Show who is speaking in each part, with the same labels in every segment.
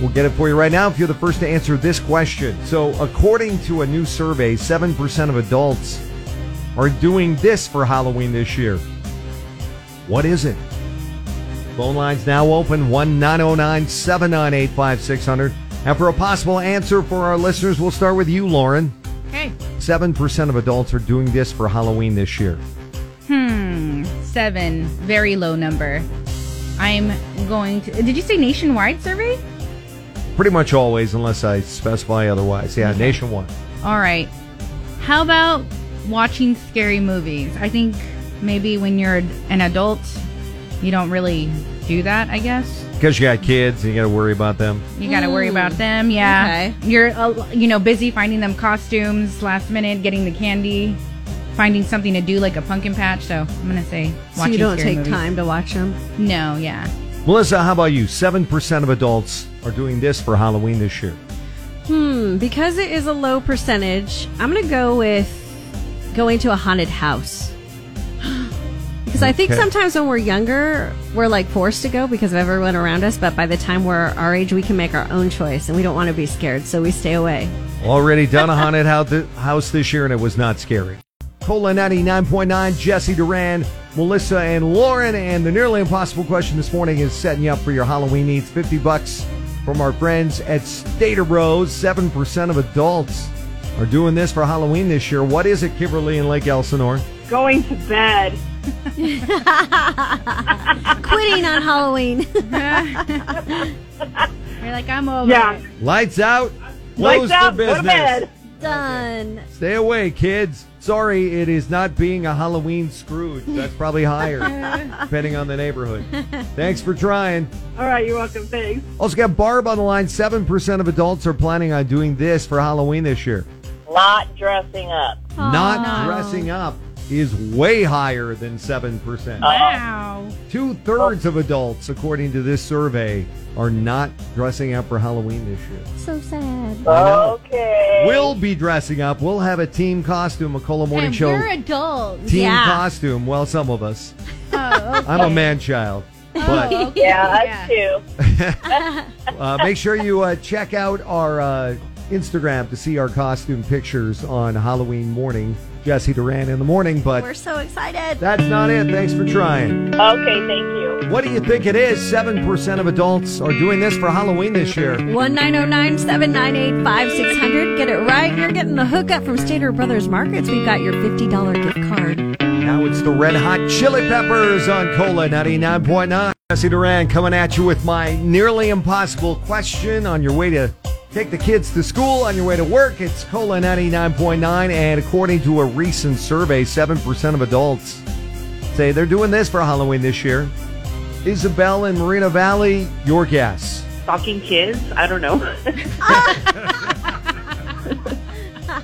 Speaker 1: We'll get it for you right now if you're the first to answer this question. So, according to a new survey, 7% of adults are doing this for Halloween this year. What is it? Phone lines now open oh 1 909 798 5600. And for a possible answer for our listeners, we'll start with you, Lauren.
Speaker 2: Okay.
Speaker 1: 7% of adults are doing this for Halloween this year.
Speaker 2: Hmm. Seven. Very low number. I'm going to. Did you say nationwide survey?
Speaker 1: Pretty much always, unless I specify otherwise. Yeah, nationwide.
Speaker 2: All right. How about watching scary movies? I think maybe when you're an adult, you don't really do that, I guess.
Speaker 1: Because you got kids and you got to worry about them.
Speaker 2: You got to worry about them. Yeah.
Speaker 3: Hmm, Okay.
Speaker 2: You're uh, you know busy finding them costumes last minute, getting the candy, finding something to do like a pumpkin patch. So I'm going to say
Speaker 3: So
Speaker 2: watching
Speaker 3: you don't
Speaker 2: scary
Speaker 3: take
Speaker 2: movies.
Speaker 3: time to watch them.
Speaker 2: No, yeah.
Speaker 1: Melissa, how about you? 7% of adults are doing this for Halloween this year.
Speaker 3: Hmm, because it is a low percentage, I'm going to go with going to a haunted house. because I think
Speaker 1: Okay.
Speaker 3: sometimes when we're younger, we're like forced to go because of everyone around us, but by the time we're our age, we can make our own choice and we don't want to be scared, so we stay away.
Speaker 1: Already done a haunted hou- house this year, and it was not scary. Cola 99.9, Jesse Duran, Melissa, and Lauren. And the nearly impossible question this morning is setting you up for your Halloween needs. 50 bucks from our friends at State of Rose. 7% of adults are doing this for Halloween this year. What is it, Kimberly and Lake Elsinore?
Speaker 4: Going to bed.
Speaker 3: Quitting on Halloween.
Speaker 2: You're like I'm over.
Speaker 4: Yeah.
Speaker 2: it.
Speaker 1: Lights out,
Speaker 4: Lights
Speaker 1: closed
Speaker 4: out.
Speaker 1: for
Speaker 4: Go to
Speaker 1: business.
Speaker 4: bed.
Speaker 3: Done.
Speaker 1: Stay away, kids. Sorry, it is not being a Halloween Scrooge. That's probably higher, depending on the neighborhood. Thanks for trying.
Speaker 4: All right. You're welcome. Thanks.
Speaker 1: Also got Barb on the line. Seven percent of adults are planning on doing this for Halloween this year.
Speaker 5: Not dressing up.
Speaker 1: Not dressing up is way higher than seven percent.
Speaker 3: Uh.
Speaker 2: Wow.
Speaker 1: Two thirds of adults, according to this survey, are not dressing up for Halloween this year.
Speaker 3: So sad.
Speaker 5: Okay.
Speaker 1: We'll be dressing up. We'll have a team costume, a Cola Morning
Speaker 2: And
Speaker 1: Show
Speaker 2: we're adults.
Speaker 1: team
Speaker 3: Yeah.
Speaker 1: costume. Well, some of us.
Speaker 2: Oh, okay.
Speaker 1: I'm a man child. But
Speaker 2: Oh, okay.
Speaker 5: yeah, us too.
Speaker 1: uh, make sure you uh, check out our uh, Instagram to see our costume pictures on Halloween morning. Jesse Duran in the morning,
Speaker 3: We're
Speaker 1: but
Speaker 3: so excited.
Speaker 1: that's not it. Thanks for trying.
Speaker 5: Okay, thank you.
Speaker 1: What do you think it is? 7% of adults are doing this for Halloween this year.
Speaker 3: 1909 798 5600. Get it right. You're getting the hookup from Stater Brothers Markets. We've got your $50 gift card.
Speaker 1: Now it's the Red Hot Chili Peppers on Cola 99.9. Jesse Duran coming at you with my nearly impossible question on your way to take the kids to school, on your way to work. It's Cola 99.9. And according to a recent survey, 7% of adults say they're doing this for Halloween this year. Isabel in Marina Valley, your guess.
Speaker 4: Stalking kids. I don't know.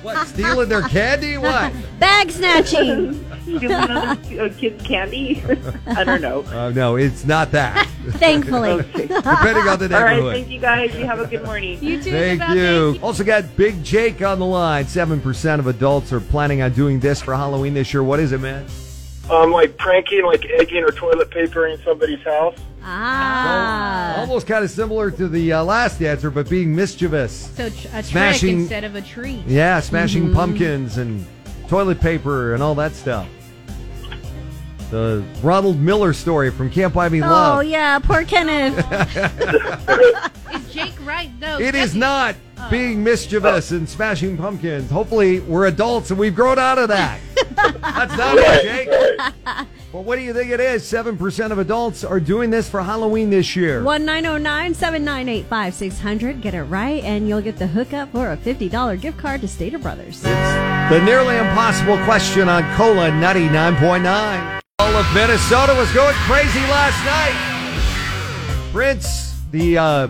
Speaker 1: What, stealing their candy? What?
Speaker 3: Bag snatching.
Speaker 4: Stealing other uh, kids' candy. I don't know.
Speaker 1: Uh, no, it's not that.
Speaker 3: Thankfully.
Speaker 1: Depending on the
Speaker 4: All right.
Speaker 1: neighborhood.
Speaker 4: Thank you guys. You have a good morning.
Speaker 2: You too.
Speaker 1: Thank
Speaker 2: Isabel.
Speaker 1: you. Also got Big Jake on the line. Seven percent of adults are planning on doing this for Halloween this year. What is it, man?
Speaker 6: Um, like pranking, like egging or toilet papering somebody's house.
Speaker 3: Ah.
Speaker 1: Almost kind of similar to the uh, last answer, but being mischievous.
Speaker 2: So tr- a trick
Speaker 1: Smashing-
Speaker 2: instead of a treat.
Speaker 1: Yeah, smashing pumpkins and toilet paper and all that stuff. The Ronald Miller story from Can't Buy Me Love.
Speaker 3: Oh, yeah. Poor Kenneth.
Speaker 2: Is Jake right though?
Speaker 1: It is
Speaker 2: Jesse-
Speaker 1: not being mischievous and smashing pumpkins. Hopefully, we're adults and we've grown out of that. That's not it, Jake. Well, what do you think it is? 7% of adults are doing this for Halloween this year.
Speaker 3: 1909 798 5600. Get it right, and you'll get the hookup for a $50 gift card to Stater Brothers.
Speaker 1: The nearly impossible question on Cola 99.9. All of Minnesota was going crazy last night. Prince, the uh,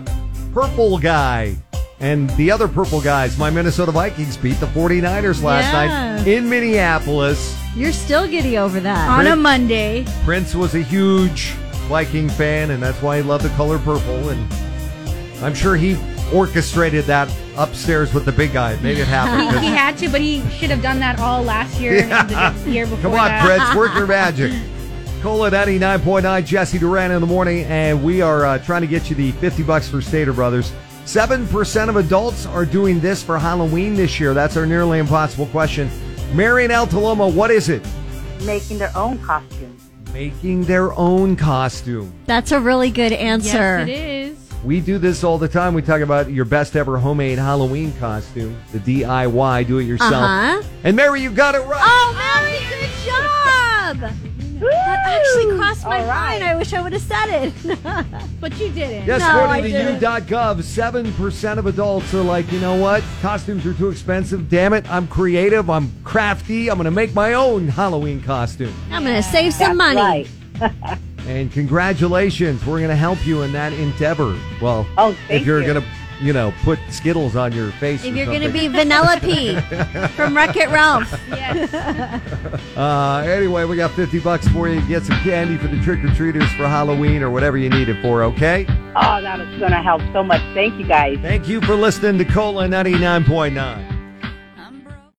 Speaker 1: purple guy, and the other purple guys, my Minnesota Vikings beat the 49ers last
Speaker 3: Yeah.
Speaker 1: night in Minneapolis.
Speaker 3: You're still giddy over that.
Speaker 2: on a Monday.
Speaker 1: Prince was a huge Viking fan, and that's why he loved the color purple. And I'm sure he orchestrated that upstairs with the big guy. Maybe it happened.
Speaker 2: he had to, but he should have done that all last year and the year before
Speaker 1: Come on,
Speaker 2: that.
Speaker 1: Prince, work your magic. Cola 99.9, Jesse Duran in the morning, and we are uh, trying to get you the 50 bucks for Stater Brothers. 7% of adults are doing this for Halloween this year. That's our nearly impossible question. Marion El Tolomo, what is it?
Speaker 4: making their own costumes.
Speaker 1: Making their own costume.
Speaker 3: That's a really good answer.
Speaker 2: Yes, it is.
Speaker 1: We do this all the time. We talk about your best ever homemade Halloween costume, the DIY, do it yourself.
Speaker 3: Uh-huh.
Speaker 1: And Mary, you got it right.
Speaker 3: Oh, Mary, good job! That actually crossed my
Speaker 4: All right.
Speaker 3: mind. I wish I would have said it.
Speaker 2: But you didn't.
Speaker 1: Yes,
Speaker 3: No, I
Speaker 1: according to
Speaker 3: didn't.
Speaker 1: you.gov, 7% of adults are like, you know what? Costumes are too expensive. Damn it. I'm creative. I'm crafty. I'm going to make my own Halloween costume.
Speaker 3: I'm going to save some money.
Speaker 4: Right.
Speaker 1: And congratulations. We're going to help you in that endeavor. Well,
Speaker 4: Oh,
Speaker 1: if
Speaker 4: thank
Speaker 1: you're
Speaker 4: you.
Speaker 1: going to, you know, put Skittles on your face.
Speaker 3: If
Speaker 1: or
Speaker 3: you're going to
Speaker 1: something.
Speaker 3: be Vanellope from Wreck It Ralph.
Speaker 1: Uh, anyway, we got 50 bucks for you. Get some candy for the trick or treaters for Halloween or whatever you need it for, okay?
Speaker 4: Oh, that was going to help so much. Thank you guys.
Speaker 1: Thank you for listening to Cola 99.9.